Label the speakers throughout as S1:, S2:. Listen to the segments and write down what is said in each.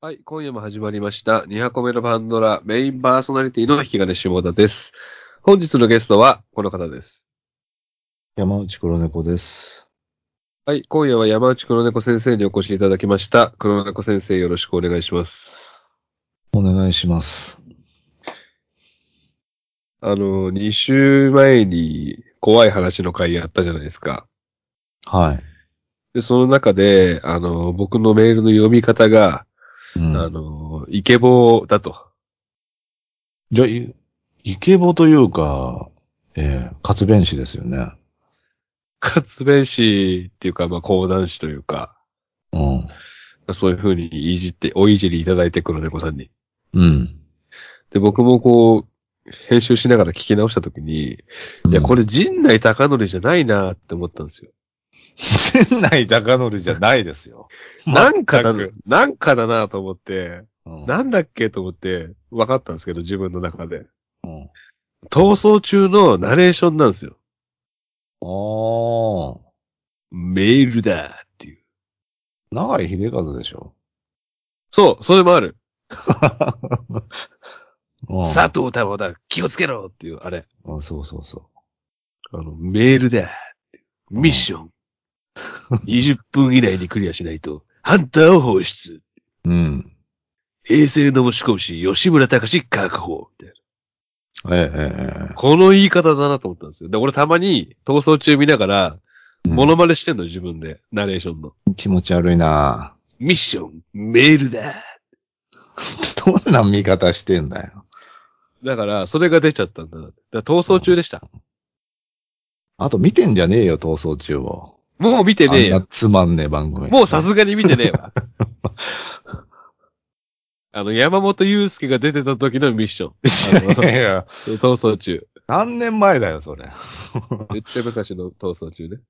S1: はい、今夜も始まりました。2箱目のパンドラ、メインパーソナリティの引き金下田です。本日のゲストはこの方です。
S2: 山内黒猫です。
S1: はい、今夜は山内黒猫先生にお越しいただきました。黒猫先生よろしくお願いします。
S2: お願いします。
S1: あの、2週前に怖い話の回やったじゃないですか。
S2: は
S1: で、その中で、あの、僕のメールの読み方が、
S2: い。う
S1: あ
S2: ん、
S1: の、イケボーだと。
S2: じゃあ、いイケボというか、えー、活弁士ですよね。
S1: 活弁士っていうか、まあ、講談師というか、
S2: うん。
S1: そういう風にいじって、おいじりいただいて黒猫さんに。
S2: うん。
S1: で、僕もこう、編集しながら聞き直したときに、いや、こ
S2: れ、
S1: れ陣内隆則じゃないなって思ったんですよ。
S2: 仙内高則じゃないですよ。
S1: なんかだ
S2: 全く、
S1: なんかだなと思って、
S2: うん
S1: なんだっけと思って、分かったんですけど、自分の中で。
S2: うん、
S1: 逃走中のナレーションなんですよ。
S2: ああ、
S1: メールだっていう。
S2: 長井秀和でしょ。
S1: そう、それもある。
S2: うん、
S1: 佐藤太郎だ、気をつけろっていう、あれ。
S2: うんそうそうそ
S1: あの、メールだっていう。ミッシ ョン。20分以内にクリアしないと、ハンターを放出。
S2: う。うん。
S1: 平成の押し込み師、吉村隆確保。みたいな
S2: えええ
S1: この言い方だなと思ったんですよ。で、俺たまに逃走中見ながら、
S2: え
S1: モノマネしてんの、自分で。ナレーションの。
S2: うん気持ち悪いな
S1: ミッション、メールだ。
S2: どんな見方してんだよ。
S1: だから、それが出ちゃったんだな。だから逃走中でした。
S2: あと見てんじゃねえよ、逃走中を。
S1: もう見てねえ
S2: あん
S1: よ
S2: な。つまんねえ番組。
S1: もうさすがに見てねえ わ。あの、山本祐介が出てた時のミッション。
S2: いやいや、
S1: 逃走中。
S2: 何年前だよ、それ。
S1: めっちゃ昔の逃走中ね。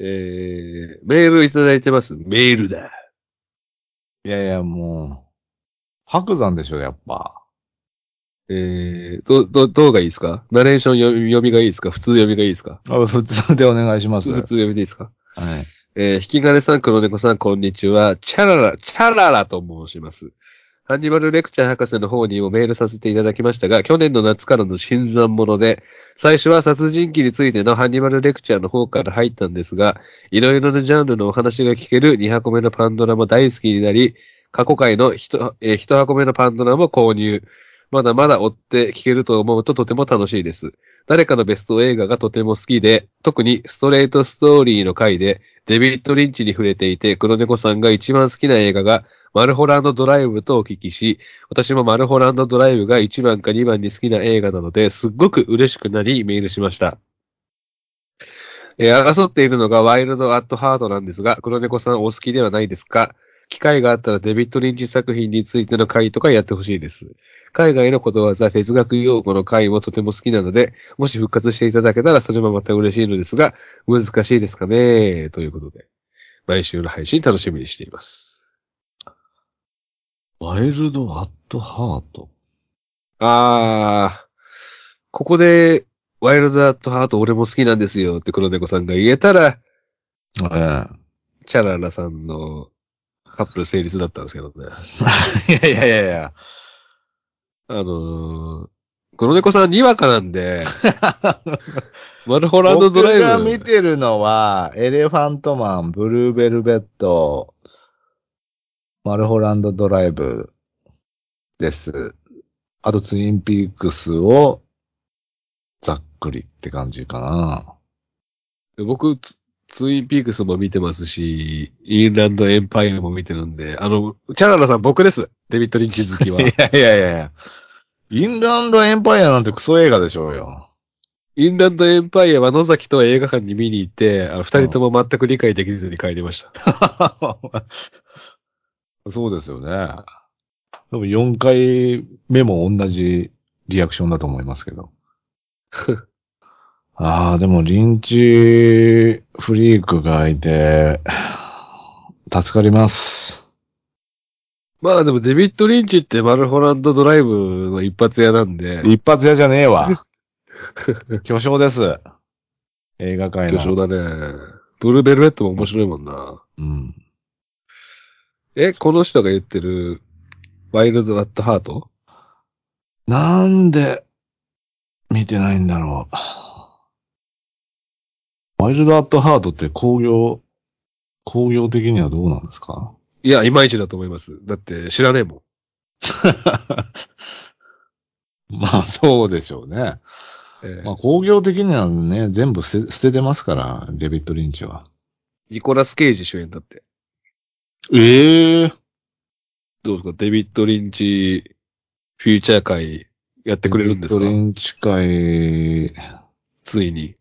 S1: えー、メールいただいてます。メールだ。
S2: いやいや、もう、白山でしょ、やっぱ。
S1: えー、ど、ど、どうがいいですかナレーション読み読みがいいですか普通読みがいいですか
S2: あ普通でお願いしま
S1: 普通
S2: す。
S1: 普
S2: はい
S1: 通。読みでいいですかえー、引き金さん、黒猫さん、こんにちは。チャララ、チャララと申します。ハンニバルレクチャー博士の方にもメールさせていただきましたが、去年の夏からの新参者で、最初は殺人鬼についてのハンニバルレクチャーの方から入ったんですが、いろいろなジャンルのお話が聞ける2箱目のパンドラも大好きになり、過去回の 1,、えー一箱目のパンドラも購入。まだまだ追って聞けると思うととても楽しいです。誰かのベスト映画がとても好きで、特にストレートストーリーの回で、デビッド・リンチに触れていて、黒猫さんが一番好きな映画が、マルホランド・ドライブとお聞きし、私もマルホランド・ドライブが1番か2番に好きな映画なので、すっごく嬉しくなり、メールしました。えー争っているのがワイルド・アット・ハートなんですが、黒猫さんお好きではないですか機会があったらデビッド・リンチ作品についての回とかやってほしいです。海外のことわざ、哲学用語の回もとても好きなので、もし復活していただけたらそれもまた嬉しいのですが、難しいですかねということで、毎週の配信楽しみにしています。
S2: ワイルド・アット・ハート。
S1: あー、ここで、ワイルドアットハート俺も好きなんですよって黒猫さんが言えたら、
S2: え
S1: チャララさんのカップル成立だったんですけどね。
S2: え。いやいやいやいや。
S1: あのー、黒猫さんにわかなん で、マルホランドドライ
S2: 僕が
S1: ブ
S2: 見。てるのは、エレファントマン、ブルーベルベット、マルホランドドライブです。あとツインピークスを、ざっくりって感じかな。
S1: 僕ツ、ツインピークスも見てますし、インランドエンパイアも見てるんで、あの、チャララさん僕です。デビッド・リンチ好きは。
S2: いやいやいやいや。インランドエンパイアなんてクソ映画でしょうよ。
S1: インランドエンパイアは野崎と映画館に見に行って、あの二人とも全く理解できずに帰りました。
S2: そうですよね。多分4回目も同じリアクションだと思いますけど。 ああ、でもリンチフリークがいて、助かります。
S1: まあでもデビッド・リンチってマルホランドドライブの一発屋なんで、
S2: 一発屋じゃねえわ。巨匠です。映画界の。
S1: 巨匠だね。ブルーベルベットも面白いもんな。
S2: うん。
S1: え、この人が言ってる、ワイルド・アット・ハート
S2: なんで、見てないんだろう。ワイルドアットハートって工業、工業的にはどうなんですか
S1: いや、いまいちだと思います。だって、知らねえもん。
S2: まあ、そうでしょうね。
S1: えー
S2: まあ、工業的にはね、全部捨て捨ててますから、デビッド・リンチは。
S1: ニコラス・ケイジ主演だって。
S2: ええ
S1: どうですかデビッド・リンチ、フューチャー会、やってくれるんですか
S2: デビッド・リンチ会、
S1: ついに。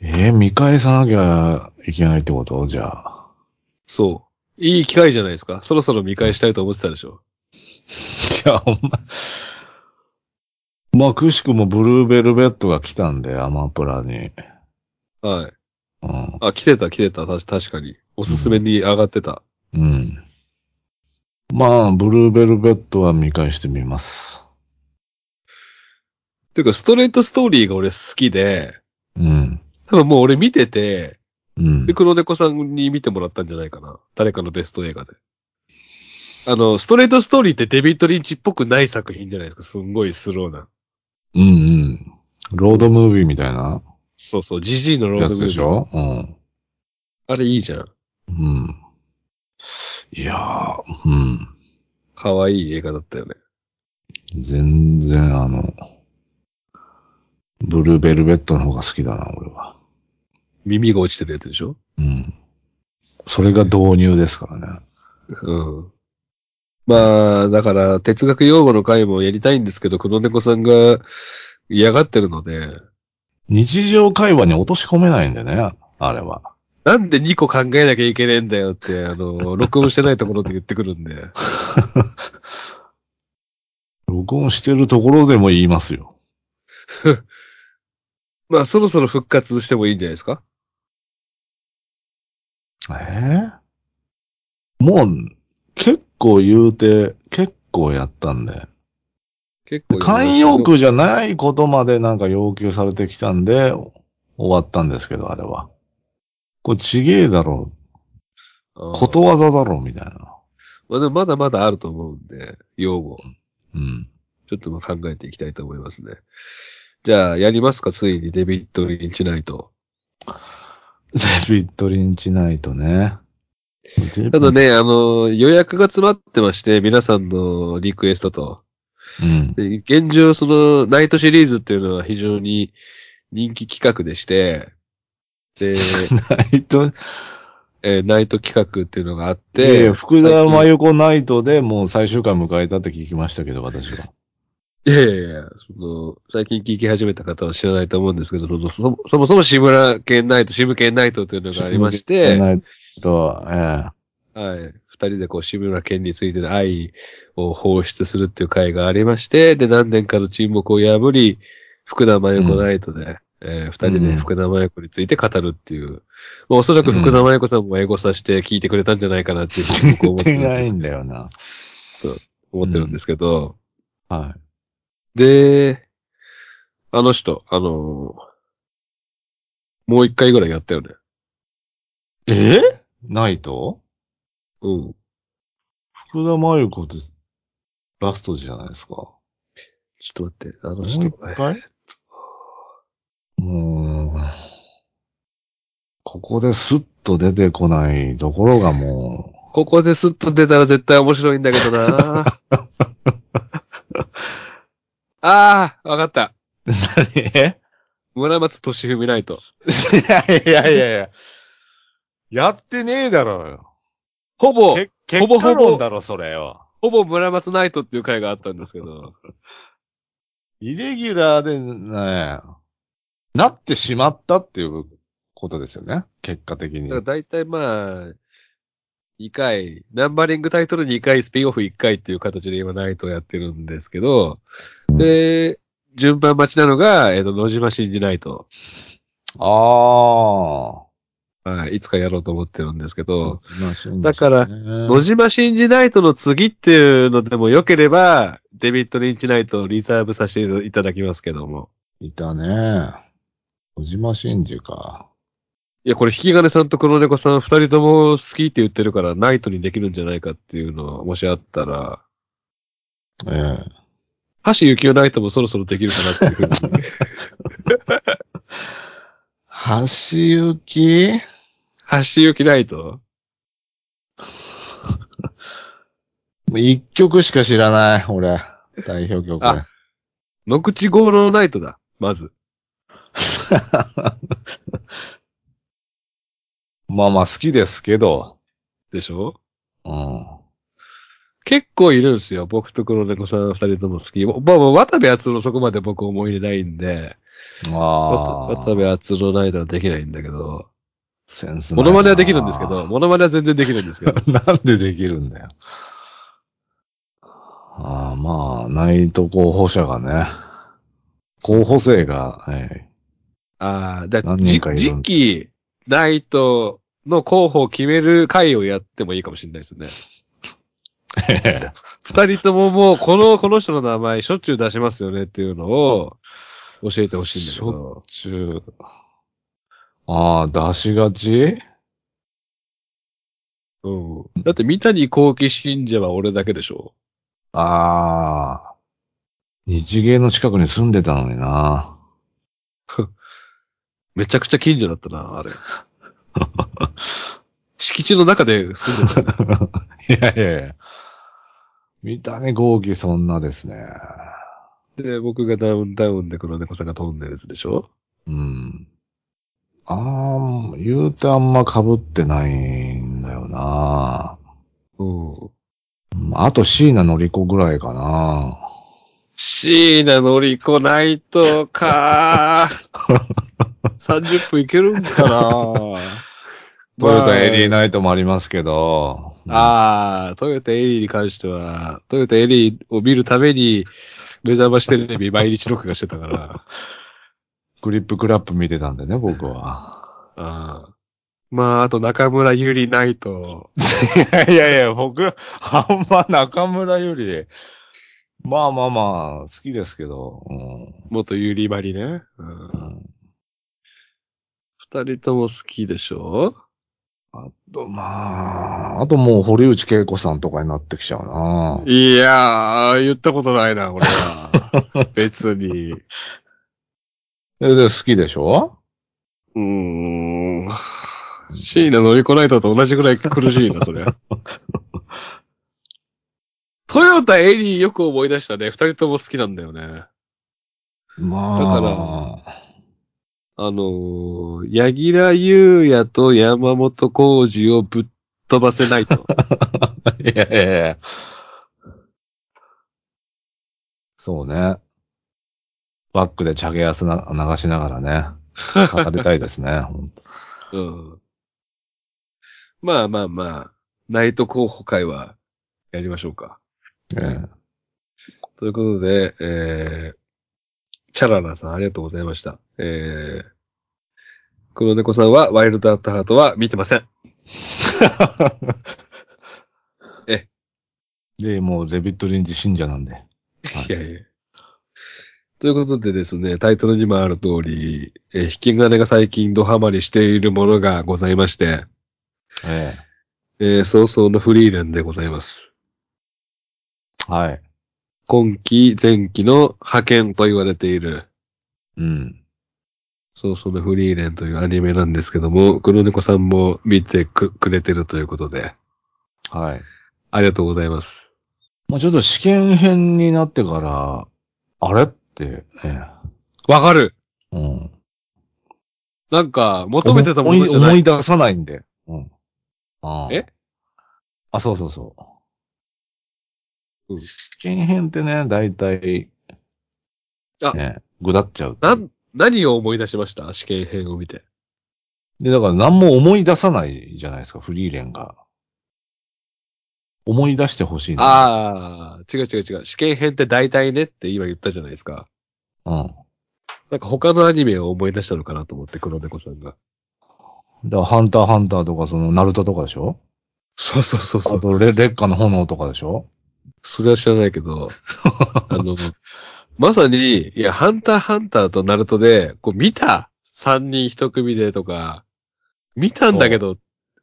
S2: ええ見返さなきゃいけないってことじゃ あ。
S1: そう。いい機会じゃないですかそろそろ見返したいと思ってたでしょ
S2: じゃあ、ほんま。まあ、くしくもブルーベルベットが来たんで、アマプラに。
S1: はい。
S2: うん。
S1: あ、来てた来てた、たし確かに。おすすめに上がってた。
S2: うん。まあ、ブルーベルベットは見返してみます。
S1: ていうか、ストレートストーリーが俺好きで、
S2: うん。
S1: 多分もう俺見てて、
S2: うん
S1: で、。黒猫さんに見てもらったんじゃないかな。誰かのベスト映画で。あの、ストレートストーリーってデビッド・リンチっぽくない作品じゃないですか。すんごいスローな。
S2: うんうん。ロードムービーみたいな
S1: そうそう、ジジイのロー
S2: や
S1: ド
S2: つ
S1: ムー
S2: で
S1: ビ
S2: し
S1: ー。
S2: ょうん。
S1: あれいいじゃん。
S2: うん。いやー、うん。
S1: 可愛い映画だったよね。
S2: 全然あの、ブルーベルベットの方が好きだな、俺は。
S1: 耳が落ちてるやつでしょ
S2: うん。それが導入ですからね。
S1: うん。まあ、だから、哲学用語の回もやりたいんですけど、黒猫さんが嫌がってるので、
S2: 日常会話に落とし込めないんでね、あれは。
S1: なんで2個考えなきゃいけねえんだよって、あの、録音してないところで言ってくるんで。
S2: 録音してるところでも言いますよ。
S1: まあ、そろそろ復活してもいいんじゃないですか
S2: ええもう、結構言うて、結構やったんで。
S1: 結構。
S2: 慣用。句じゃないことまでなんか要求されてきたんで、終わったんですけど、あれは。これちげえだろう、こ
S1: こと
S2: わざだろう、みたいな。
S1: まあ、でもまだまだあると思うんで、用語。
S2: うん。
S1: ちょっとまあ考えていきたいと思いますね。じゃあ、やりますかついにデビッド・リンチナイト。
S2: デビッド・リンチナイトね。
S1: ただね、あの、予約が詰まってまして、皆さんのリクエストと。
S2: うん。
S1: で現状、その、ナイトシリーズっていうのは非常に人気企画でして、で、
S2: ナイト、
S1: えーナイト企画っていうのがあって、
S2: で、福田
S1: 最近
S2: 真由子ナイトでもう最終回迎えたって聞きましたけど、私は。
S1: いやいやいや、その、最近聞き始めた方は知らないと思うんですけど、その、そもそもそも志村けんナイト、志村けんナイトというのがありまして、
S2: ナイト、え
S1: はい。二人でこう、志村けんについての愛を放出するっていう会がありまして、で、何年かの沈黙を破り、福田真由子ナイトで、えー二人で福田真由子について語るっていう。まあ、おそらく福田真由子さんもエゴさせて聞いてくれたんじゃないかなっていうふうに僕
S2: え。
S1: は
S2: 言
S1: 思
S2: っ
S1: ってるんです
S2: てないんだよな。
S1: 思ってるんですけど、
S2: は
S1: で、あの人、あのーもう一回ぐらいやったよね。
S2: い。えナイト
S1: うん。
S2: 福田真由子ってラストじゃないですか。も
S1: ちょっと待って、あの
S2: う
S1: 人
S2: 一、回もう、ここですっと出てこないところがも
S1: ここでスッと出たら絶対面白いんだけど なああ、わかった。
S2: う。え
S1: 村松俊文ナイト。
S2: いやいやいやいや。やってねえだろうよ。
S1: ほぼ、
S2: け
S1: ほ
S2: 結
S1: ぼ
S2: 果
S1: ほぼ
S2: 論だろ、それよ。
S1: ほぼ村松ナイトっていう回があったんですけど。
S2: イレギュラーで、ね、なってしまったっていうことですよね。結果的に
S1: だ。から大体まあ、2回、ナンバリングタイトル2回、スピンオフ1回っていう形で今ナイトをやってるんですけど、で、順番待ちなのが、えっ、と、野島真二ナイト。
S2: あ
S1: はい、いつかやろうと思ってるんですけど、
S2: あ。
S1: だから野
S2: ね、
S1: 島真二ナイトの次っていうのでも良ければ、デビッド・リンチナイトをリザーブさせていただきますけども。
S2: いたね。小島真二か。
S1: いや、これ、引き金さんと黒猫さん、二人とも好きって言ってるから、ナイトにできるんじゃないかっていうのは、もしあったら、
S2: ええ。
S1: 橋幸夫ナイトもそろそろできるかなっていうふうに。
S2: 橋行き
S1: 橋幸ナイト
S2: もう一曲しか知らない、俺。代表曲。
S1: あ野口五郎ナイトだ、まず。
S2: まあまあ好きですけど。
S1: でしょ
S2: うん。
S1: 結構いるんですよ。僕と黒猫さん二人とも好き。まあ、まあ渡部篤郎そこまで僕思い入れないんで、
S2: あ
S1: 渡
S2: あ。
S1: 渡部篤郎ナイトはできないんだけど、
S2: センスない
S1: モ
S2: な
S1: ノマネはできるんですけど、。モノマネは全然できるんですけど。
S2: なんでできるんだよ。ああ、まあ、ナイト候補者がね。候補生が、はい。
S1: ああ、だ
S2: 何
S1: じ
S2: 人かいる
S1: 次期、ナイトの候補を決める会をやってもいいかもしれないですね。二人とももう、この、この人の名前しょっちゅう出しますよねっていうのを教えてほしいんだけ
S2: し
S1: ど。
S2: 中。ああ、出しがち
S1: うん。だって三谷幸喜信者は俺だけでしょ。
S2: ああ。日芸の近くに住んでたのにな。
S1: めちゃくちゃ近所だったな、あ れ。敷地の中で住んでた。
S2: いやいやいや。見たね、豪気そんなですね。
S1: で、僕がダウンダウンで黒猫さんがトンネルズでしょ
S2: うん。ああ、言うてあんま被ってないんだよな。
S1: うん。
S2: うんあと椎名のり子ぐらいかな。
S1: 椎名のり子ないと か。30分いけるんかな。
S2: トヨタエリーナイトもありますけど。
S1: ああ、トヨタエリーに関しては、トヨタエリーを見るために、目覚ましテレビ毎日録画してたから。
S2: クリップクラップ見てたんでね、僕は。
S1: ああまあ、あと中村ゆりないと。
S2: いやいやいや、僕、あんま中村より、まあまあまあ、好きですけど、う
S1: 元ゆりまりね。うん
S2: ん。うん
S1: 二人とも好きでしょ
S2: あと、まあ、あともう堀内恵子さんとかになってきちゃうな。
S1: いやー、言ったことないな、俺は。別に。う
S2: え、で、好きでしょ
S1: ーん。椎名乗りこないとと同じぐらい苦しいな、それ。トヨタエリーよく思い出したね。二人とも好きなんだよね。
S2: まあ、だか
S1: あのー、柳楽優也と山本浩二をぶっ飛ばせないと。
S2: ら、いやいやいや。そうね。バックでチャゲアスな流しながらね、語りたいですね、 ほんと
S1: うん。まあまあまあ、ナイト候補会はやりましょうか。
S2: ええ
S1: ということで、えー、チャララさんありがとうございました。えー、黒猫さんはワイルドアットハートは見てません。
S2: で、もうデビッド・リンチ信者なんで。
S1: いやいや。ということでですね、タイトルにもある通り、えー、引き金が最近ドハマりしているものがございまして、
S2: え
S1: えー、早々のフリーレンでございます。
S2: え。はい。
S1: 今期、前期の派遣と言われている、
S2: うん。
S1: そうそうのフリーレンというアニメなんですけども、黒猫さんも見てくくれてるということで、
S2: はい。
S1: ありがとうございます。
S2: まあちょっと試験編になってから、あれって、え
S1: わかる
S2: え。うん。
S1: なんか、求めてたものじゃ
S2: 思い
S1: な
S2: 思
S1: い。
S2: い出さないんで。うん。ああ
S1: え
S2: あ、そうそうそうう。
S1: ん
S2: 試験編ってね、大体、
S1: あ
S2: ね、ぐだっちゃう。
S1: なん、何を思い出しました試験編を見て。
S2: で、だから何も思い出さないじゃないですか、フリーレンが。思い出してほしいのに
S1: ああ、違う違う違う。試験編って大体ねって今言ったじゃないですか。
S2: うん。
S1: なんか他のアニメを思い出したのかなと思って、黒猫さんが。
S2: だから、ハンター、ハンターとか、その、ナルトとかでしょ
S1: そうそうそうそ
S2: あ
S1: う。
S2: とレ、劣化の炎とかでしょ
S1: それは知らないけど、あの、まさに、いや、ハンターハンターとナルトで、こう見た三人一組でとか、見たんだけど、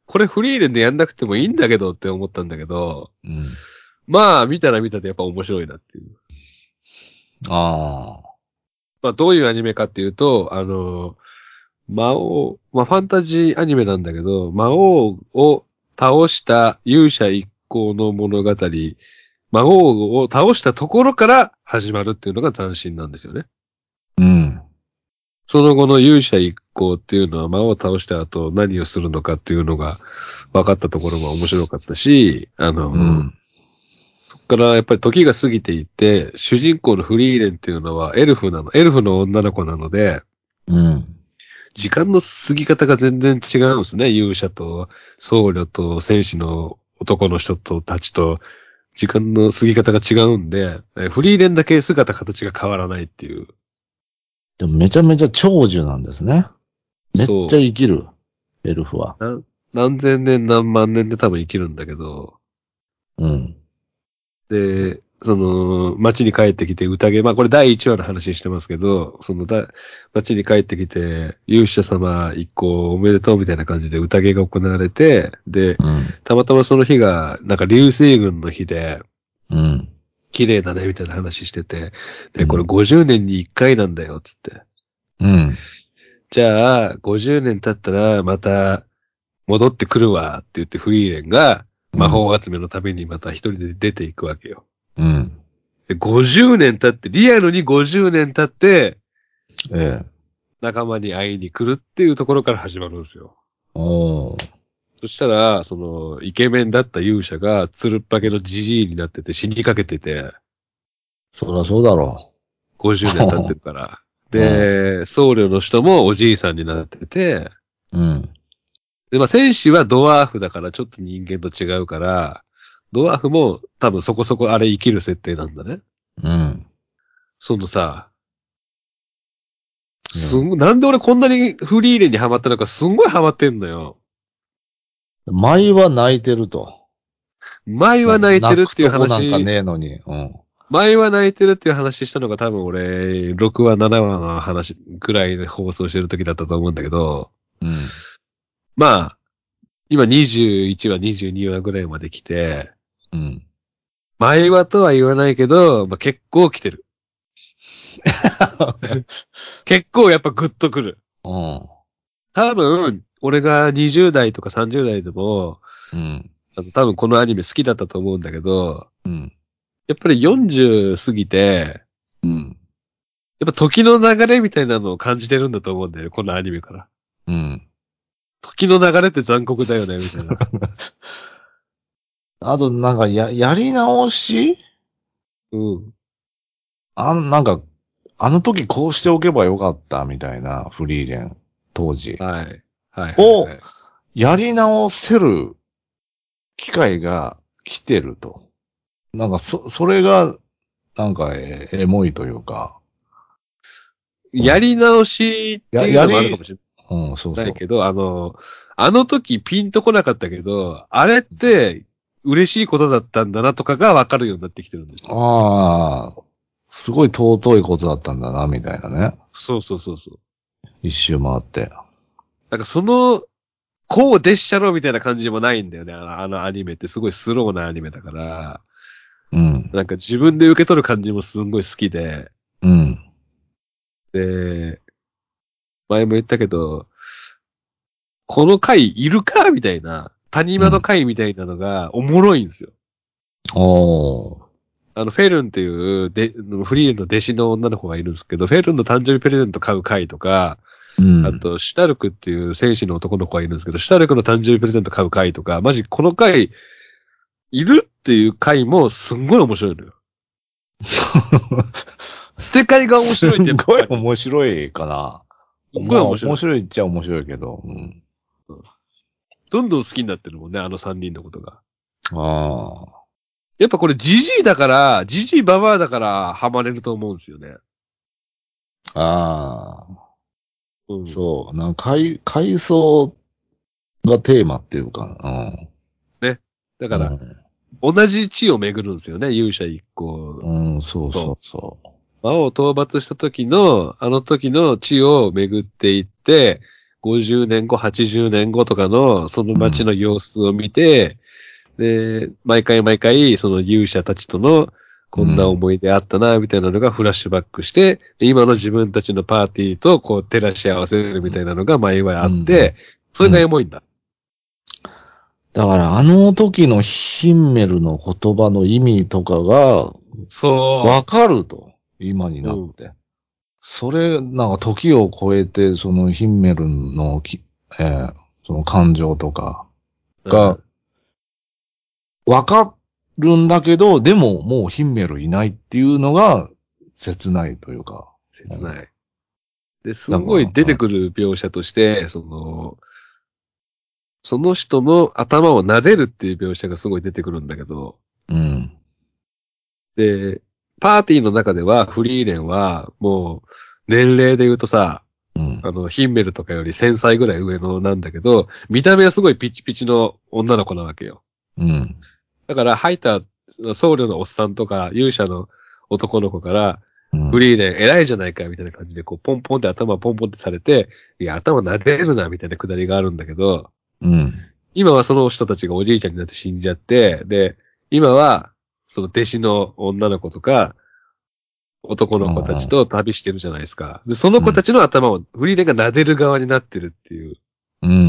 S1: これフリーレンでやんなくてもいいんだけどって思ったんだけど、
S2: うん。
S1: まあ見たら見たでやっぱ面白いなっていう。
S2: ああ。
S1: まあどういうアニメかっていうと、あの、魔王、まあファンタジーアニメなんだけど、魔王を倒した勇者一行の物語、魔王を倒したところから始まるっていうのが斬新なんですよね。
S2: うん。
S1: その後の勇者一行っていうのは魔王を倒した後何をするのかっていうのが分かったところも面白かったし、あの、
S2: うん。
S1: そこからやっぱり時が過ぎていって、主人公のフリーレンっていうのはエルフなの、エルフの女の子なので、
S2: うん。
S1: 時間の過ぎ方が全然違うんですね。勇者と僧侶と戦士の男の人とたちと、時間の過ぎ方が違うんで、えフリーレンだけ姿形が変わらないっていう。
S2: でもめちゃめちゃ長寿なんですね。めっち
S1: そう
S2: ゃ生きる。エルフは。
S1: 何千年何万年で多分生きるんだけど、
S2: うん。
S1: で、その、町に帰ってきて宴、まあこれ第1話の話してますけど、そのだ、町に帰ってきて、勇者様一行おめでとうみたいな感じで宴が行われて、で、
S2: うん。
S1: たまたまその日が、なんか流星群の日で、
S2: うん。
S1: 綺麗だねみたいな話してて、で、これ50年に1回なんだよ、つって。
S2: うん。
S1: じゃあ、50年経ったらまた戻ってくるわって言ってフリーレンが魔法集めのためにまた一人で出ていくわけよ。
S2: うん。
S1: で50年経って、リアルに50年経って、
S2: ええ。
S1: 仲間に会いに来るっていうところから始まるんですよ。
S2: おー。
S1: そしたら、その、イケメンだった勇者が、つるっぱけのじじいになってて死にかけてて、
S2: そりゃそうだろ
S1: 50年経ってる から。で、僧侶の人もおじいさんになってて、
S2: う。うん。
S1: で、まあ、戦士はドワーフだからちょっと人間と違うから、ドワーフも多分そこそこあれ生きる設定なんだね。
S2: うん。
S1: そのさ、
S2: うん
S1: すんごい、なんで俺こんなにフリーレンにハマったのかすんごいハマってんのよ。
S2: 舞は泣いてると。
S1: 前は泣いてるっていう話、
S2: 泣くとこなんかねえのに。うん。
S1: 前は泣いてるっていう話したのが多分俺、6話、7話の話くらいで放送してる時だったと思うんだけど、
S2: うん。
S1: まあ、今21話、22話ぐらいまで来て、
S2: うん。
S1: 前話とは言わないけど、まあ、結構来てる。結構やっぱグッとくる。
S2: うん。
S1: 多分、俺が20代とか30代でも、
S2: うん。
S1: あの多分このアニメ好きだったと思うんだけど、
S2: うん。
S1: やっぱり40過ぎて、
S2: うん。
S1: やっぱ時の流れみたいなのを感じてるんだと思うんだよね、このアニメから。
S2: うん。
S1: 時の流れって残酷だよね、みたいな。
S2: あと、なんか、や、やり直し
S1: うん。
S2: あん、なんか、あの時こうしておけばよかった、みたいな、フリーレン、当時。
S1: はい。はいはい、はい。
S2: おやり直せる機会が来てると。なんか、そ、それが、なんか、えエモいというか。
S1: やり直しっていうのもあるかもしれ
S2: うん、そうそ
S1: な
S2: う
S1: い。けど、あの、あの時ピンとこなかったけど、あれって嬉しいことだったんだなとかがわかるようになってきてるんですよ。
S2: ああ、すごい尊いことだったんだな、みたいなね。
S1: そうそうそうそう。
S2: 一周回って。
S1: なんかその、こうでっしゃろみたいな感じでもないんだよね。あのあのアニメってすごいスローなアニメだから、
S2: うん、
S1: なんか自分で受け取る感じもすんごい好きで、
S2: うん、
S1: で、前も言ったけど、この回いるかみたいな、谷間の回みたいなのがおもろいんですよ。
S2: おー、
S1: あの、フェルンっていうで、フリーレンの弟子の女の子がいるんですけど、フェルンの誕生日プレゼント買う回とか、
S2: うん。
S1: あと、シュタルクっていう戦士の男の子がいるんですけど、シュタルクの誕生日プレゼント買う回とか、マジこの回、いるっていう回もすんごい面白い のよ。捨て会が面白いってやっ
S2: すごい
S1: ぱり、
S2: 面白いかな。
S1: すっごい面白い
S2: まあ面白いっちゃ面白いけど。うん、
S1: どんどん好きになってるもんね、あの三人のことが。
S2: あ
S1: やっぱこれジジイだから、ジジイババアだからハマれると思うんですよね。
S2: あ、ああ、
S1: うん。
S2: そう。なんか階、階層がテーマっていうか、うん。
S1: だから、
S2: うん
S1: 同じ地を巡るんですよね、勇者一行。
S2: うん、そうそうそう。
S1: 魔王を討伐した時の、あの時の地を巡っていって、 50年後、80年後とかの、その街の様子を見て、で、毎回毎回、その勇者たちとの、こんな思い出あったな、みたいなのがフラッシュバックして、で今の自分たちのパーティーと、こう、照らし合わせるみたいなのが毎回あって、それがエモいんだ。
S2: だから、あの時のヒンメルの言葉の意味とかが、
S1: そ
S2: わかると。今になって。それ、なんか時を超えて、そのヒンメルのき、えーその感情とか、
S1: う。
S2: が、わかるんだけど、でももうヒンメルいないっていうのが、切ないというか。
S1: 切ない。で、すごい出てくる描写として、その、その人の頭を撫でるっていう描写がすごい出てくるんだけど、
S2: うん。
S1: で、パーティーの中ではフリーレンはもう年齢で言うとさ、
S2: うん。
S1: あの、ヒンメルとかより1000歳ぐらい上のなんだけど、見た目はすごいピチピチの女の子なわけよ。
S2: うん。
S1: だから入った僧侶のおっさんとか勇者の男の子から、
S2: うん
S1: フリーレン偉いじゃないかみたいな感じで、こう、ポンポンって頭ポンポンってされて、いや、頭撫でるな、みたいなくだりがあるんだけど、
S2: うん。
S1: 今はその人たちがおじいちゃんになって死んじゃって、で、今は、その弟子の女の子とか、男の子たちと旅してるじゃないですか。で、その子たちの頭をフリーレンが撫でる側になってるっていう
S2: うん。うん。う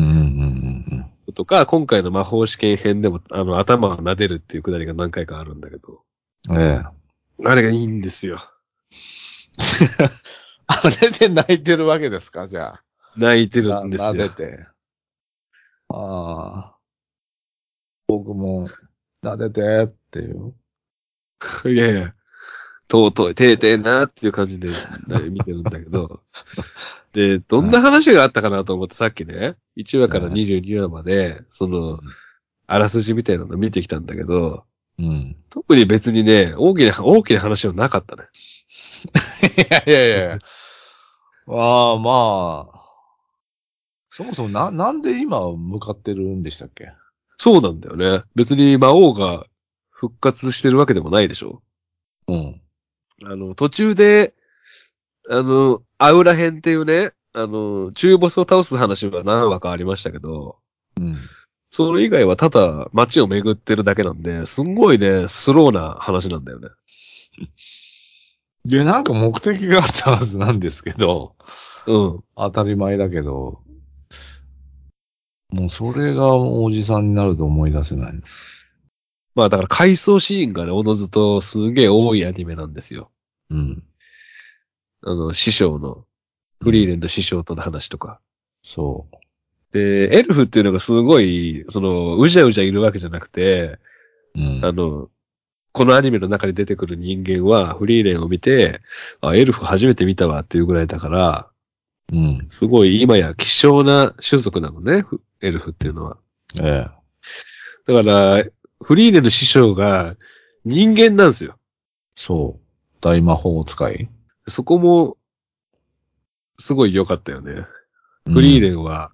S2: ん。
S1: ことか、今回の魔法試験編でも、あの、頭を撫でるっていうくだりが何回かあるんだけど、
S2: うん。ええ。
S1: あれがいいんですよ。
S2: あれで泣いてるわけですか、じゃあ。
S1: 泣いてるんです
S2: な撫
S1: よ。
S2: でて。ああ。僕も、撫でてっていう。
S1: いやいや、尊い、てえてえなっていう感じでな見てるんだけど。で、どんな話があったかなと思ってさっきね、1話から22話まで、その、あらすじみたいなの見てきたんだけど、
S2: うん。
S1: 特に別にね、大きな、大きな話はなかったね。
S2: いやいやいやいや。ああ、まあ。そもそもな、なんで今向かってるんでしたっけ
S1: そうなんだよね。別に魔王が復活してるわけでもないでしょ。
S2: うん。
S1: あの、途中で、あの、アウラ編っていうね、あの、中ボスを倒す話は何話かありましたけど、
S2: うん。
S1: それ以外はただ街を巡ってるだけなんで、すんごいね、スローな話なんだよね。
S2: で、なんか目的があったはずなんですけど、
S1: うん。
S2: 当たり前だけど、もうそれがおじさんになると思い出せない。
S1: まあだから回想シーンがね、おのずとすげえ多いアニメなんですよ。
S2: うん。
S1: あの、師匠の、フリーレンの師匠との話とか。
S2: そう。
S1: で、エルフっていうのがすごい、その、うじゃうじゃいるわけじゃなくて、
S2: うん
S1: あの、このアニメの中に出てくる人間は、フリーレンを見て、あ、エルフ初めて見たわっていうぐらいだから、
S2: うん。
S1: すごい今や希少な種族なのね、ふエルフっていうのは。
S2: ええ。
S1: だから、フリーレの師匠が人間なんですよ。
S2: そう。大魔法使い。
S1: そこも、すごい良かったよね。フリー
S2: レ。
S1: レンは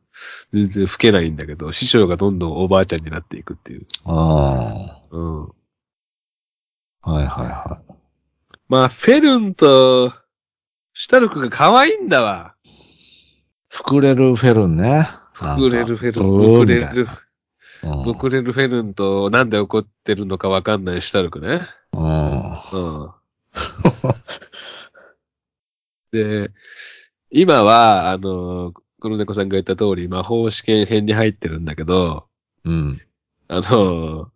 S1: 全然老けないんだけど、師匠がどんどんおばあちゃんになっていくっていう。
S2: あ
S1: うん。
S2: あ。はいはいはい。
S1: まあ、フェルンと、シュタルクが可愛いんだわ。
S2: 膨れるフェルンね。
S1: ブクレルフェルン、
S2: ブ
S1: ブク
S2: クレ
S1: レル
S2: ル。、うん。
S1: ブクレルフェルンと、なんで怒ってるのかわかんないシュタルクね。
S2: うん
S1: うん。で、今は、あの、黒猫さんが言った通り、魔法試験編に入ってるんだけど、
S2: うん。
S1: あの、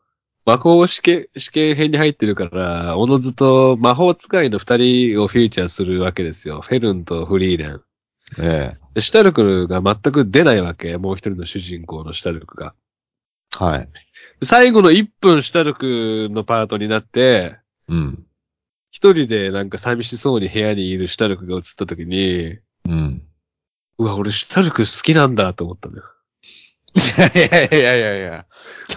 S1: 魔法試験、試験編に入ってるから、おのずと魔法使いの二人をフィーチャーするわけですよ。フェルンとフリーレン。
S2: ええ。
S1: でシュタルクが全く出ないわけ。もう一人の主人公のシュタルクが。
S2: はい。
S1: で最後の1分シュタルクのパートになって、
S2: うん。
S1: 一人でなんか寂しそうに部屋にいるシュタルクが映った時に、
S2: うん。
S1: うわ、俺シュタルク好きなんだと思ったのよ。
S2: いやいやいやいやいや。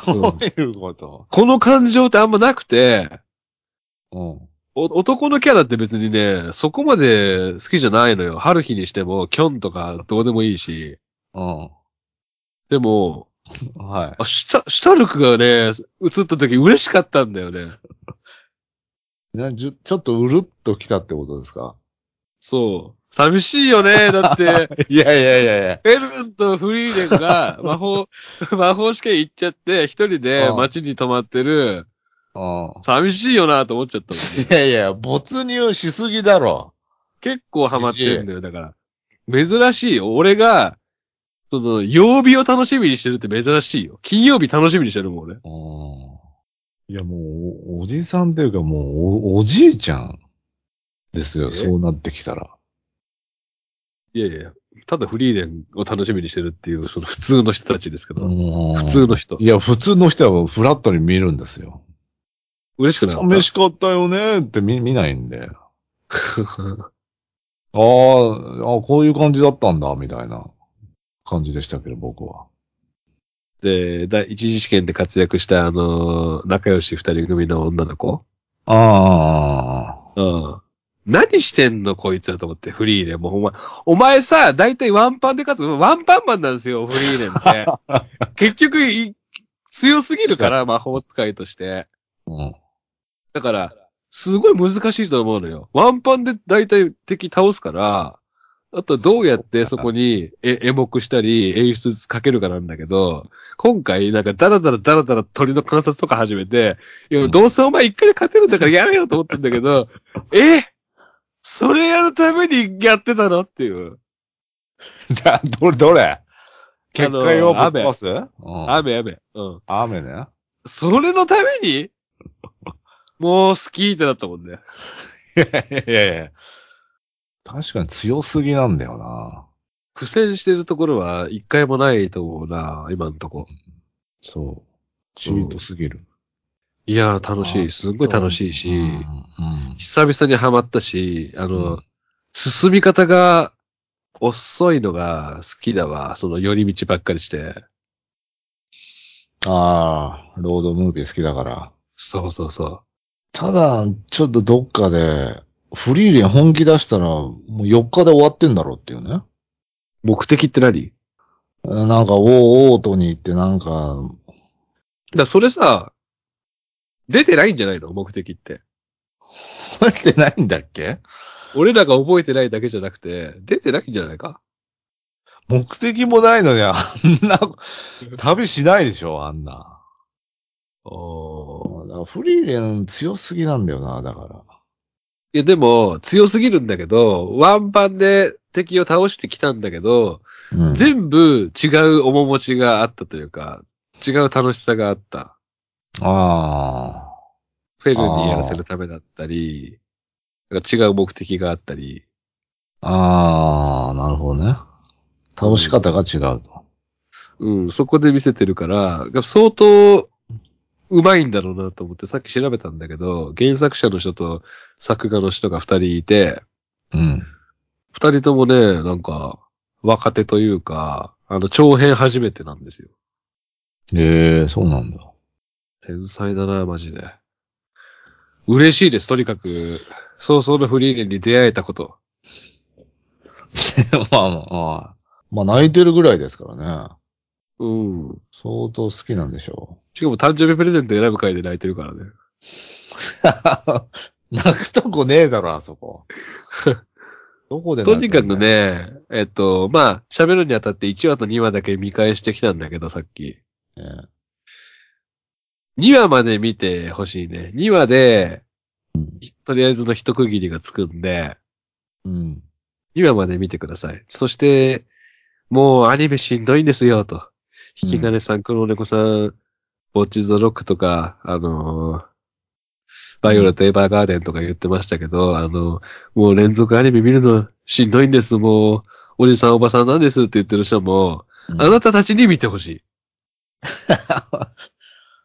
S2: どういうこと
S1: この感情ってあんまなくて、
S2: うん。
S1: お男のキャラって別にね、そこまで好きじゃないのよ。春日にしても、キョンとかどうでもいいし。
S2: うん。
S1: でも、
S2: は
S1: あシュタ、シュタルクがね、映った時嬉しかったんだよね。
S2: い。なじゅちょっとうるっときたってことですか
S1: そう。寂しいよね。だ って、
S2: いやいやいやいや。
S1: エルンとフリーレンが魔法、魔法試験行っちゃって、一人で
S2: うん
S1: 街に泊まってる、
S2: うん。
S1: 寂しいよなと思っちゃったもん、ね。
S2: いやいや、没入しすぎだろ。
S1: 結構ハマってんだよ、だから。珍しいよ。俺が、その、曜日を楽しみにしてるって珍しいよ。金曜日楽しみにしてるもん、俺。
S2: うん。いや、もうお、おじさんというか、もうお、おじいちゃんですよ、
S1: え
S2: そうなってきたら。
S1: いやいや、ただフリーレンを楽しみにしてるっていう、その普通の人たちですけど。普
S2: 普
S1: 通の人。
S2: いや、普通の人はフラットに見るんですよ。
S1: 嬉しくなかった
S2: 寂しかったよねって見見ないんで。ああ、あーこういう感じだったんだ、みたいな感じでしたけど、僕は。
S1: で、第一次試験で活躍した、あのー仲良し二人組の女の子。
S2: ああ、
S1: うん。何してんのこいつだと思って、フリーレン。もうお前、お前さ、大体ワンパンで勝つ。ワンパンマンなんですよ、フリーレンって。結局、い強すぎるから、魔法使いとして。
S2: うん。
S1: だから、すごい難しいと思うのよ。ワンパンで大体敵倒すから、あとどうやってそこにえ絵目したり演出かけるかなんだけど、今回なんかダラダラダラダラ鳥の観察とか始めて、いや、
S2: うん
S1: どうせお前一回で勝てるんだからやれよと思ったんだけど、 えそれやるためにやってたのっていう。
S2: だどれ、どれ結界をぶっ
S1: あの
S2: 壊す、うん
S1: 雨雨。うん。
S2: 雨ね。
S1: それのために もうスキーってなったもんね。
S2: いやいやいや。確かに強すぎなんだよな。
S1: 苦戦してるところは一回もないと思うな、今んとこ。
S2: そう。チートすぎる。
S1: いやー、楽しい。
S2: あ
S1: すっごい楽しいし、
S2: うんうん
S1: 久々にハマったし、あ
S2: うん
S1: の、進み方が遅いのが好きだわ。その寄り道ばっかりして。
S2: ああ、ロードムービー好きだから。
S1: そうそうそ
S2: ただ、ちょっとどっかで、フリーレン本気出したら、もう4日で終わってんだろうっていうね。
S1: う。目的って何
S2: なんか、おーおーとに行って、なんか、
S1: だそれさ、出てないんじゃないの目的って。
S2: 覚えてないんだっけ
S1: 俺らが覚えてないだけじゃなくて、出てないんじゃないか
S2: 目的もないのに、あんな、旅しないでしょ、あんな。
S1: おー
S2: だからフリーレン強すぎなんだよな、だから。
S1: いや、でも、強すぎるんだけど、ワンパンで敵を倒してきたんだけど、
S2: うん
S1: 全部違う面持ちがあったというか、違う楽しさがあった。
S2: あ
S1: フェルにやらせるためだったり、なんか違う目的があったり、
S2: あ、ああ、なるほどね。倒し方が違うと。
S1: うん、そこで見せてるから、相当うまいんだろうなと思ってさっき調べたんだけど、原作者の人と作画の人が二人いて、
S2: うん。
S1: 二人ともね、なんか若手というか、あの、長編初めてなんですよ。
S2: ええそうなんだ。
S1: 天才だな、マジで。嬉しいです、とにかく。早々のフリーレンに出会えたこと。
S2: まあまあ、まあ泣いてるぐらいですからね。
S1: うん。
S2: 相当好きなんでしょ
S1: しかも誕生日プレゼント選ぶ会で泣いてるからね。
S2: う。 泣くとこねえだろ、あ そこ。どこで
S1: と
S2: 泣い
S1: に
S2: て
S1: か
S2: んだ
S1: く
S2: よ。
S1: ね、えっと、まあ、喋るにあたって1話と2話だけ見返してきたんだけど、さっき。
S2: え
S1: 2話まで見てほしいね。2話で
S2: うん、
S1: とりあえずの一区切りがつくんで、
S2: えうん。
S1: 2話まで見てください。そして、もうアニメしんどいんですよ、と。引き金さん、黒猫さん、ボッチザロックとか、あのーバイオレット・エヴァーガーデンとか言ってましたけど、あのもう連続アニメ見るのしんどいんです、もう、おじさんおばさんなんですって言ってる人も、あ なたたちに見てほしい。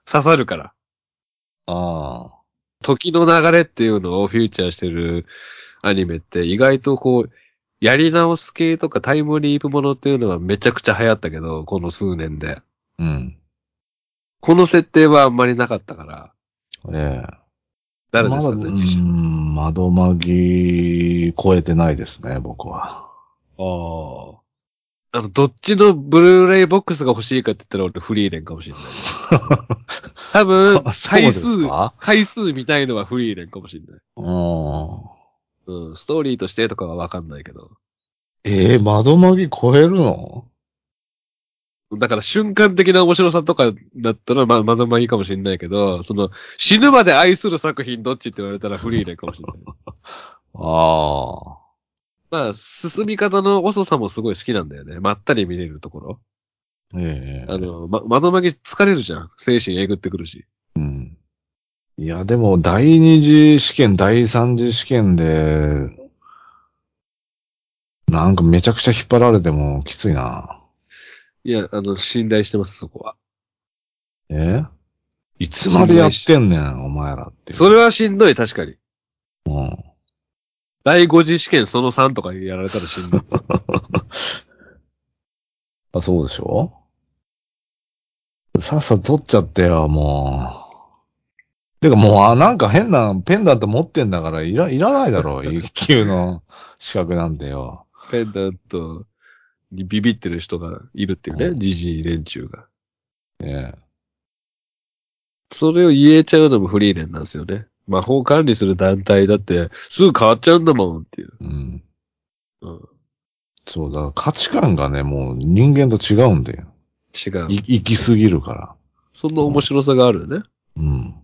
S1: 刺さるから。
S2: ああ。
S1: 時の流れっていうのをフューチャーしてるアニメって意外とこう、やり直す系とかタイムリープものっていうのはめちゃくちゃ流行ったけど、この数年で。
S2: うん。
S1: この設定はあんまりなかったから、
S2: ええ
S1: 誰ですか
S2: まだ
S1: ね、
S2: う
S1: 自信
S2: ん窓まぎ超えてないですね、僕は。
S1: ああ。あの、どっちのブルーレイボックスが欲しいかって言ったら俺フリーレンかもしれない。多分
S2: あ、そうで
S1: 回
S2: す
S1: 数、
S2: か
S1: 回数見たいのはフリーレンかもしれない。
S2: うん。
S1: うん、ストーリーとしてとかはわかんないけど。
S2: ええ窓マギ超えるの
S1: だから瞬間的な面白さとかだったら、ま、まだまあいいかもしれないけど、その、死ぬまで愛する作品どっちって言われたらフリーレンかもしれない。
S2: ああ。
S1: まあ、進み方の遅さもすごい好きなんだよね。まったり見れるところ。
S2: ええ
S1: あの、ま、窓巻き疲れるじゃん。精神えぐってくるし。
S2: うん。いや、でも、第二次試験、第三次試験で、なんかめちゃくちゃ引っ張られてもきついな。
S1: いや、あの、信頼してます、そこは。
S2: えいつまでやってんねん、お前らっていう。
S1: それはしんどい、確かに。
S2: うん。
S1: 第5次試験その3とかやられたらしんどい。
S2: あ、そうでしょさっさと取っちゃってよ、もう。てかもう、あ、なんか変なペンダント持ってんだから、いら、いらないだろう、一級の資格なんてよ。
S1: ペンダントにビビってる人がいるっていう
S2: う
S1: ね、じじい連中が。
S2: え
S1: それを言えちゃうのもフリーレンなんですよね。魔法管理する団体だって、すぐ変わっちゃうんだもんっていう。
S2: え。うん。
S1: うん。
S2: そうだ、価値観がね、もう人間と違うんだよ。
S1: 違う。
S2: い、行きすぎるから。
S1: そんな面白さがあるよね。
S2: うん。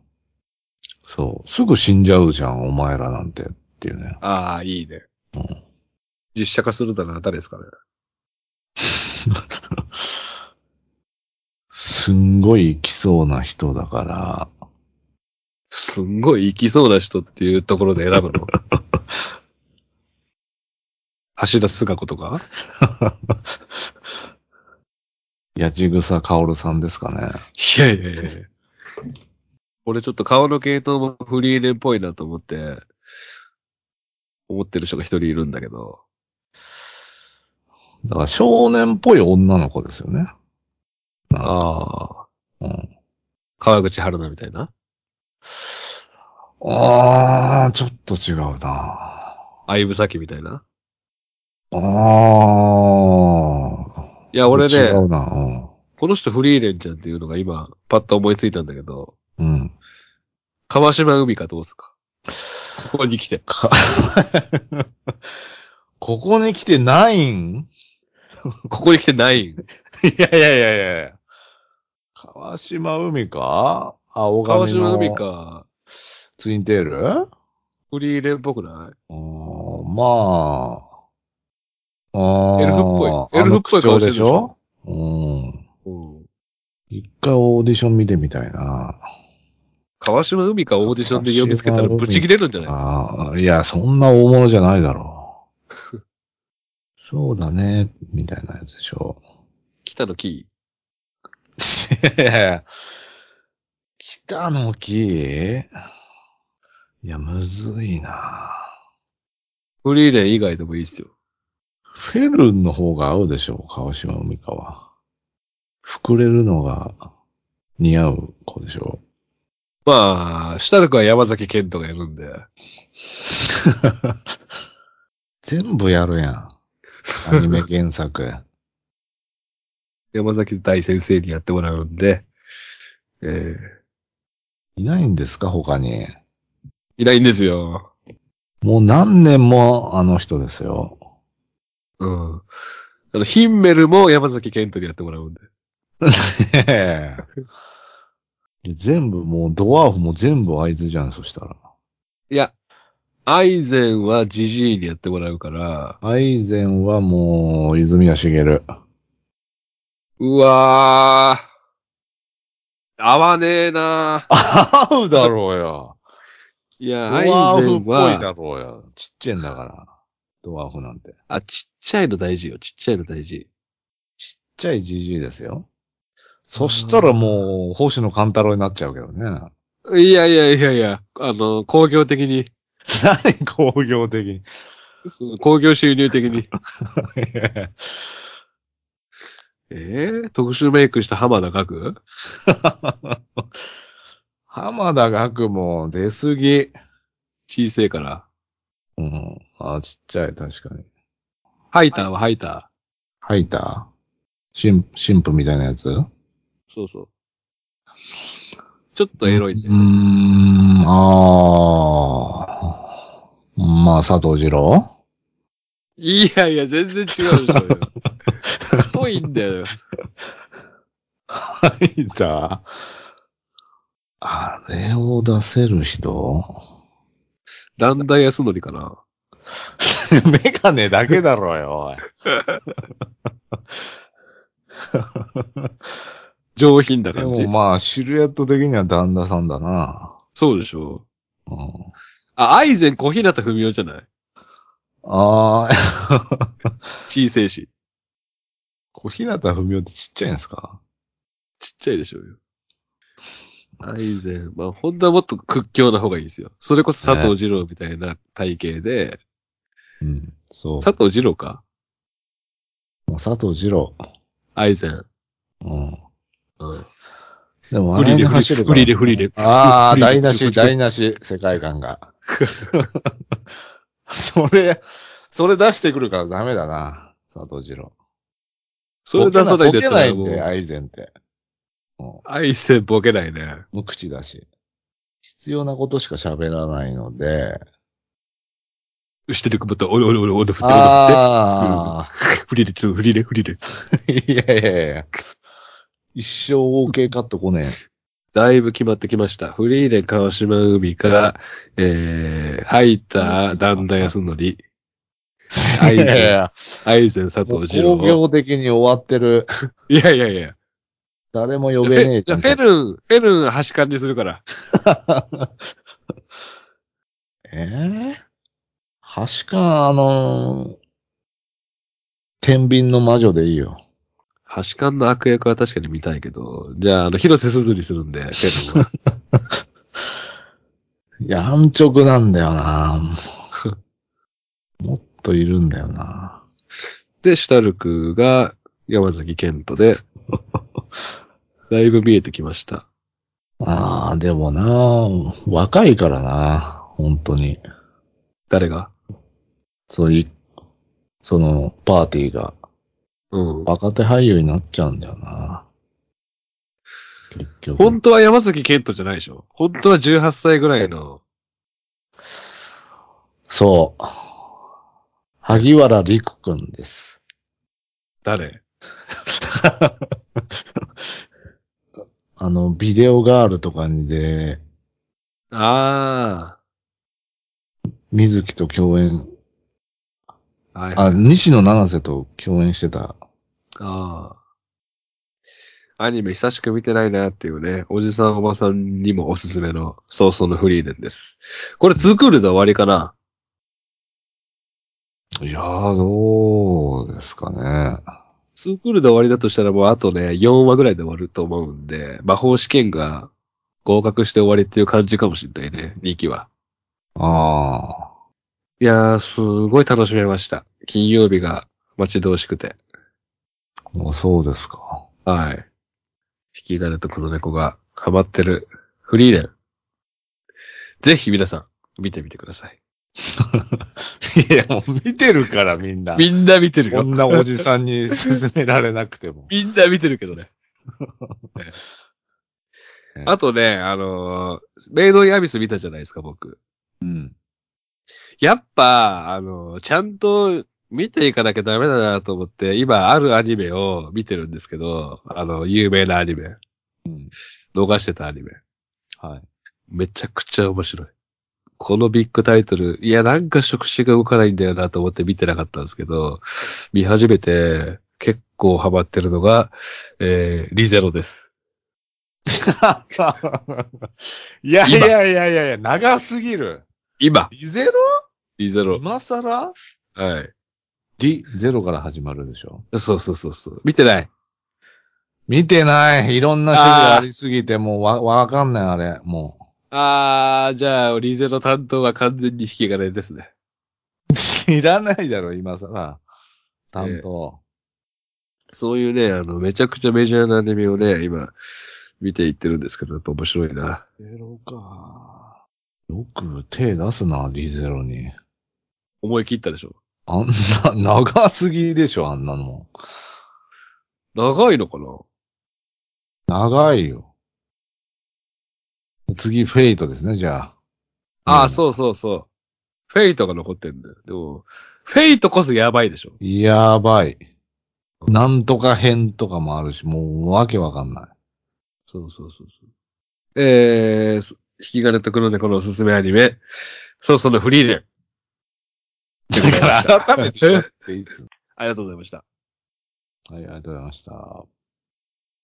S2: そう。すぐ死んじゃうじゃん、お前らなんてっていうね。
S1: ああ、いいね
S2: うん。
S1: 実写化するなら誰ですかね。
S2: すんごい行きそうな人だから、
S1: すんごい生きそうな人っていうところで選ぶ の。橋田壽賀子とか
S2: 八千草薫さんですかね。
S1: いやいやいやいや。俺ちょっと顔の系統もフリーレンっぽいなと思って、思ってる人が一人いるんだけど。
S2: だから少年っぽい女の子ですよね。あ
S1: ああ。
S2: うん、
S1: 川口春奈みたいな
S2: あー、ちょっと違うな。
S1: 相武咲みたいな
S2: あ
S1: いや、
S2: ー。
S1: 俺
S2: 違
S1: ね、
S2: うな。
S1: この人フリーレンちゃんっていうのが今、パッと思いついたんだけど、
S2: うん。うん。
S1: 川島海かどうすかここに来て。
S2: ここに来てないん
S1: ここに来てない
S2: いやいやいやいや川島海か青
S1: 川
S2: 髪の
S1: 島海か、
S2: ツインテール
S1: フリーレンっぽくな
S2: うーんまあ。あー
S1: エルフっぽいエルフっぽい顔
S2: あの口調
S1: してるで
S2: で
S1: し
S2: し
S1: ょ
S2: ょうん。
S1: いうん。
S2: 一回オーディション見てみたいな。
S1: 川島海かオーディションで呼びつけたらブチ切れるんじゃない
S2: ああ、いや、そんな大物じゃないだろう。そうだね、みたいなやつでしょ。
S1: 北のキー。
S2: いやいや北の木いや、むずいな。
S1: フリーレン以外でもいいっすよ。
S2: フェルンの方が合うでしょう、川島海香は。膨れるのが似合う 子でしょ
S1: まあ、下の子は山崎健人がやるんで。
S2: う。全部やるやん。アニメ原作。
S1: 山崎大先生にやってもらうんで、えー、
S2: いないんですか、他に。
S1: いないんですよ。
S2: もう何年もあの人です よ。
S1: うん。あの、ヒンメルも山崎健人にやってもらうんで。
S2: で全部もう、ドワーフも全部あいつじゃん、そしたら。
S1: いや、アイゼンはジジイにやってもらうから、
S2: アイゼンはもう、泉谷茂。
S1: うわー。合わねえな
S2: 合うだろうよ。
S1: い
S2: ド
S1: や、アイ
S2: ワー
S1: ゼ
S2: フっ
S1: ン
S2: ぽい
S1: は、
S2: だろうよ。ちっちゃいんだから。ドワーフなんて。ちっ
S1: あ、ちっちゃいの大事よ。ちっちゃいの大事。
S2: ちゃいじじいですよ。そしたらもう、星野勘太郎になっちゃうけどね。 何
S1: いやいやいやいや、あの、工業的に、
S2: 工業的に。
S1: その工業収入的に。えー、特殊メイクした浜田角
S2: 浜田学も出すぎ。
S1: 小せえから。
S2: うん。あ、ちっちゃい、確かに。
S1: ハイターはハイター。
S2: ハイター神神父みたいなやつう
S1: そうそう。ちょっとエロいね。
S2: ーん、ああ。うーん。まあ、佐藤二郎
S1: いやいや、全然違うのよ。ぽいんだよ。
S2: いた。あれを出せる人
S1: だんだん安則かな。
S2: メガネだけだろうよ、
S1: 上品な
S2: おい。で
S1: 感
S2: も
S1: じ。
S2: まあ、シルエット的には旦那さんだな。
S1: そうでしょ。
S2: うん、
S1: あ、アイゼン小日向文夫じゃない
S2: ああ、
S1: 小さいし。
S2: 小日向文雄ってちっちゃいんですか
S1: ちっちゃいでしょうよ。アイゼン、まあ、本当はもっと屈強な方がいいですよ。それこそ佐藤二郎みたいな体型で、
S2: うん。そう。
S1: 佐藤二郎か
S2: もう佐藤二郎。
S1: アイゼン。
S2: うん。
S1: うん。
S2: でも、
S1: フリ
S2: あ
S1: で
S2: れ
S1: フ
S2: 走
S1: リ
S2: る
S1: フ
S2: か
S1: リ
S2: ら
S1: でフリで。
S2: ああ、
S1: フリ
S2: 台
S1: で
S2: 無し、台無し、世界観が。 それ、それ出してくるからダメだな、佐藤二郎。
S1: それ出さないでや
S2: ボケ
S1: っ
S2: な
S1: た
S2: い
S1: ら
S2: ボ
S1: も
S2: ケないんで、
S1: う、
S2: アイゼンって。うん
S1: アイゼンボケないね。
S2: 無口だし。必要なことしか喋らないので。
S1: 後ろでくぼった、おれおれおれおれ振っておれ振っ
S2: ああ、
S1: て。 フリで、ちょっとフリでフリで。
S2: いやいやいや。一生 OK カット来ね
S1: だいぶ決まってきました。フリーレン川島海から、えー、ハイター、ダンダヤスノリ、
S2: え。
S1: アイゼン
S2: や。
S1: アイゼン佐
S2: もう
S1: 藤二
S2: 工
S1: 郎。
S2: 業的に終わってる。
S1: いやいやいや。
S2: 誰も呼
S1: じ
S2: べねえ
S1: ゃあフ
S2: じゃ
S1: ェ
S2: ん。
S1: ルン、フェルン端感じするから。
S2: ええー、橋か、あのー天秤の魔女でいいよ。
S1: 端感の悪役は確かに見たいけど、じゃあ、あの、広瀬すずにするんで、フェル ンは。
S2: いや、安直なんだよな。もっといるんだよな。
S1: で、シュタルクが山崎健人 で、だいぶ見えてきました。
S2: ああ、でもな、若いからな、本当に。
S1: 誰が
S2: そういう、その、パーティーが、
S1: うん。
S2: 若手俳優になっちゃうんだよな。結局。
S1: 本当は山崎健人じゃないでしょ本当は18歳ぐらいの、
S2: そう。萩原陸くんです。
S1: 誰
S2: あの、ビデオガールとかにで、
S1: あ
S2: 水木と共演、
S1: あ。はい。あ
S2: あ、西野七瀬と共演してた。
S1: あ。アニメ久しく見てないなっていうね、おじさんおばさんにもおすすめの早々のフリーレンです。これツークールで終わりかない
S2: やー、どうですかね。
S1: ツークールで終わりだとしたらもうあとね、4話ぐらいで終わると思うんで、魔法試験が合格して終わりっていう感じかもしれないね、2期は。
S2: ああ。
S1: いやー、すごい楽しめました。金曜日が待ち遠しくて。
S2: もうそうですか。
S1: はい。引き金と黒猫がハマってるフリーレン。ぜひ皆さん、見てみてください。
S2: いや、もう見てるからみんな
S1: みんな見てる
S2: こ
S1: よ。
S2: んなおじさんに勧められなくても。
S1: みんな見てるけど ね。あとね、あのーメイドインアビス見たじゃないですか、僕。
S2: うん。
S1: やっぱ、あのーちゃんと見ていかなきゃダメだなと思って、今あるアニメを見てるんですけど、あの、有名なアニメ。
S2: うん。
S1: 逃してたアニメ。
S2: はい。
S1: めちゃくちゃ面白い。このビッグタイトル、いや、なんか触手が動かないんだよなと思って見てなかったんですけど、見始めて結構ハマってるのが、えー、リゼロです。
S2: いやいやいやいやいや、長すぎる。
S1: 今、
S2: リゼロ
S1: リゼロ。
S2: 今更
S1: は
S2: リゼロから始まるでしょ。
S1: い。そうそうそうそう。見てない。
S2: 見てない。いろんな種類ありすぎて、もうわ、わかんない、あれ。もう。
S1: あー、じゃあ、リゼロ担当は完全に引き金ですね。
S2: いらないだろ、今更。担当。
S1: そういうね、あの、めちゃくちゃメジャーなアニメをね、今、見ていってるんですけど、やっぱ面白いな。
S2: ゼロか。よく手出すな、リゼロに。
S1: 思い切ったでしょ。
S2: あんな、長すぎでしょ、あんなのも。
S1: 長いのかな
S2: 長いよ。次、フェイトですね、じゃあ。
S1: あー、
S2: う
S1: そうそうそう。フェイトが残ってるんだよ。でも、フェイトこそやばいでしょ。
S2: やばい。なんとか編とかもあるし、もうわけわかんない。
S1: そうそうそうそう。えー、す引き金と黒猫のおすすめアニメ、そうそのフリーレン。
S2: だから改めて言っていつ。
S1: ありがとうございました。
S2: はい、ありがとうございました。